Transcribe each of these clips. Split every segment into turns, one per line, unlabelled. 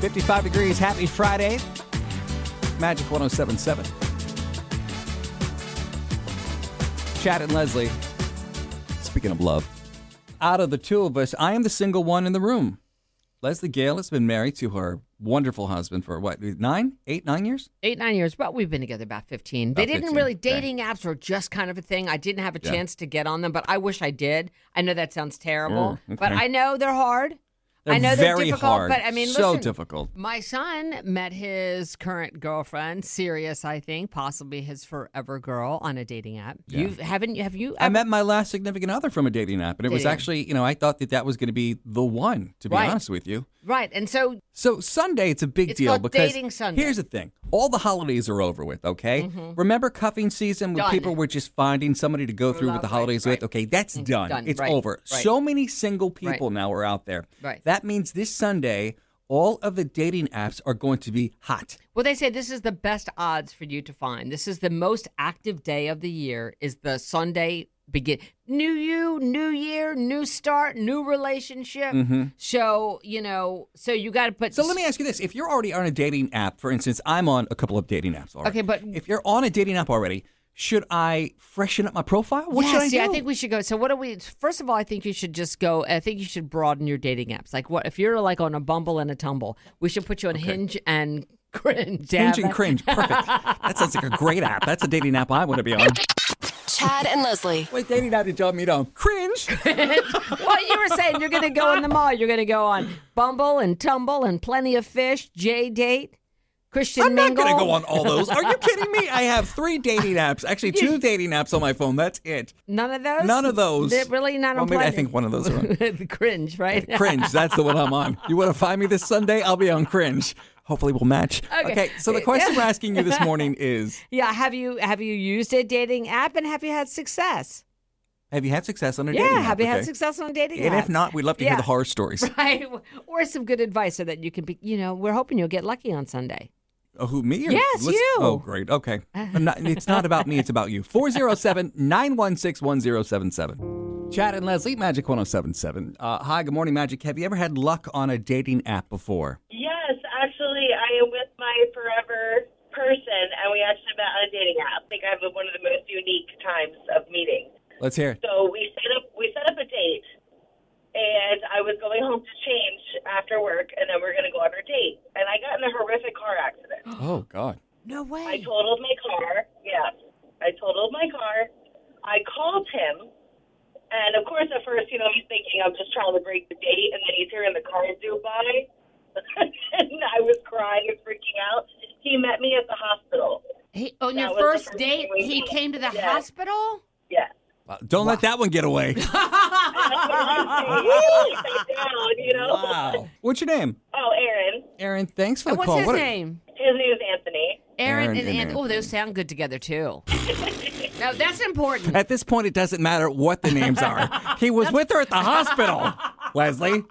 55 degrees. Happy Friday. Magic 1077. Chad and Leslie, speaking of love, out of the two of us, I am the single one in the room. Leslie Gale has been married to her wonderful husband for what, nine, eight, nine years?
Eight, nine years, but we've been together about 15. they
About
didn't
15,
really,
okay.
dating apps were just kind of a thing. I didn't have a
Yeah.
chance to get on them, but I wish I did. I know that sounds terrible,
Oh,
but
okay.
I know they're hard. I
They're
know they're
very
difficult,
hard.
but I mean,
so
listen,
difficult.
My son met his current girlfriend, Sirius, I think, possibly his forever girl, on a dating app.
Yeah.
You haven't? Have you?
I
ever-
met my last significant other from a dating app, and it was
Dating.
actually, you know, I thought that that was going to be the one, to be
Right.
honest with you.
right, and so
So Sunday, it's a big
It's
deal
called
because
Dating Sunday. Mm-hmm.
here's the thing: all the holidays are over with. Okay, remember cuffing season when
Done.
people were just finding somebody to go through with the
love, right,
holidays
right. Mm,
with. Okay, that's done.
done,
It's
right,
over.
right.
So many single people now are out there.
Right.
That means this Sunday, all of the dating apps are going to be hot.
Well, they say this is the best odds for you to find. This is the most active day of the year. Is the Sunday begin? New you, new year, new start, new relationship. So you know, so you got to put.
Mm-hmm. So let me ask you this: If you're already on a dating app, for instance, I'm on a couple of dating apps already.
Okay, but-
if you're on a dating app already, should I freshen up my profile? What
yeah,
should I
see,
do?
I think we should go. So, what do we? First of all, I think you should just go. I think you should broaden your dating apps. Like, what if you're like on a Bumble and a Tumble? We should put you on Hinge and Cringe.
Hinge
app.
and cringe, perfect. that sounds like a great app. That's a dating app I want to be on.
Chad and Leslie.
Wait, dating app you told me to cringe.
well, you were saying you're going to go in the mall. You're going to go on Bumble and Tumble and Plenty of Fish, J Date, Christian
I'm not
Mingle.
going to go on all those. Are you kidding me? I have three dating apps, actually two dating apps on my phone. That's it.
None of those.
None of those.
They're really not
Well,
on.
maybe I
Plenty.
think one of those are on.
the cringe, right?
cringe. That's the one I'm on. You want to find me this Sunday? I'll be on cringe. Hopefully, we'll match.
Okay.
so the question we're asking you this morning is:
yeah. Have you have you used a dating app and have you had success?
Have you had success on a
yeah.
dating app?
have you had
Okay.
success on dating?
And
apps?
if not, we'd love to hear
Yeah.
the horror stories.
Right, or some good advice so that you can be. You know, we're hoping you'll get lucky on Sunday.
Oh, who, me? Or
Yes,
let's-
you.
Oh, great. Okay. I'm not- it's not about me, it's about you. 407 916 1077. Chad and Leslie, Magic 1077. Uh, hi, good morning, Magic. Have you ever had luck on a dating app before?
Yes, actually, I am with my forever person, and we actually met on a dating app. I think I have one of the most unique times of meeting.
Let's hear it.
So we set up we set up a date, and I was going home to change after work, and then we are going to go on our date. And I got in a horrific car accident.
Oh, God.
No
I
way.
totaled my car. Yes, I totaled my car. I called him, and of course, at first, you know, he's thinking I'm just trying to break the date, and then he's hearing the car do by, and I was crying and freaking out. He met me at the hospital.
He, on
That
your
was the
first
first
date,
thing we
he
did.
came to the
Yeah.
hospital.
Yeah.
Wow, Uh, Don't let that one get away.
down, you know?
wow. What's your name?
Oh, Aaron.
Aaron, thanks for
And
the
Uh, what's
call.
his
What a-
name?
His name is Anthony.
Aaron,
Aaron
and,
and
Ann- Oh, those sound good together too. now that's important.
At this point, it doesn't matter what the names are. He was with her at the hospital, Leslie,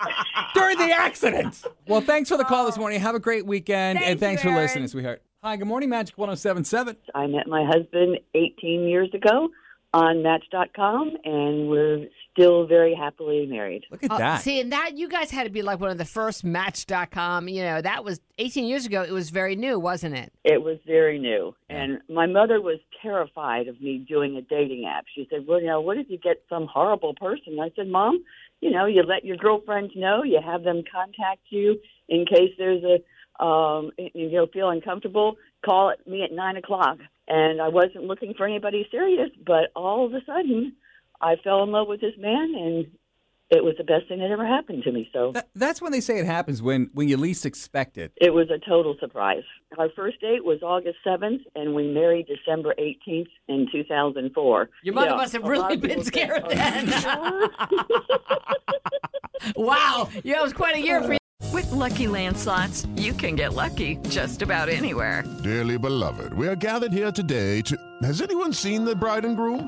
during the accident. Well, thanks for the call this morning. Have a great weekend. and
Thank
thanks
you,
for
Aaron.
listening, sweetheart. Hi, good morning, Magic 1077.
I met my husband 18 years ago on Match.com, and we're still very happily married.
Look at
Uh,
that.
See, and that you guys had to be like one of the first Match.com. You know, that was 18 years ago. It was very new, wasn't it?
It was very new, and my mother was terrified of me doing a dating app. She said, "Well, you know, what if you get some horrible person?" I said, "Mom, you know, you let your girlfriends know, you have them contact you in case there's a." Um, you know, feel uncomfortable, call at me at nine o'clock. And I wasn't looking for anybody serious, but all of a sudden, I fell in love with this man, and it was the best thing that ever happened to me. So
That- that's when they say it happens when, when you least expect it.
it was a total surprise. Our first date was August 7th, and we married December 18th in 2004.
Your mother
Yeah,
must have
a lot
really
of
been
people "Oh,
scared
think, "Are you
then.
sure?"
wow. Yeah, it was quite a year for you.
With Lucky Land slots, you can get lucky just about anywhere.
Dearly beloved, we are gathered here today to. Has anyone seen the bride and groom?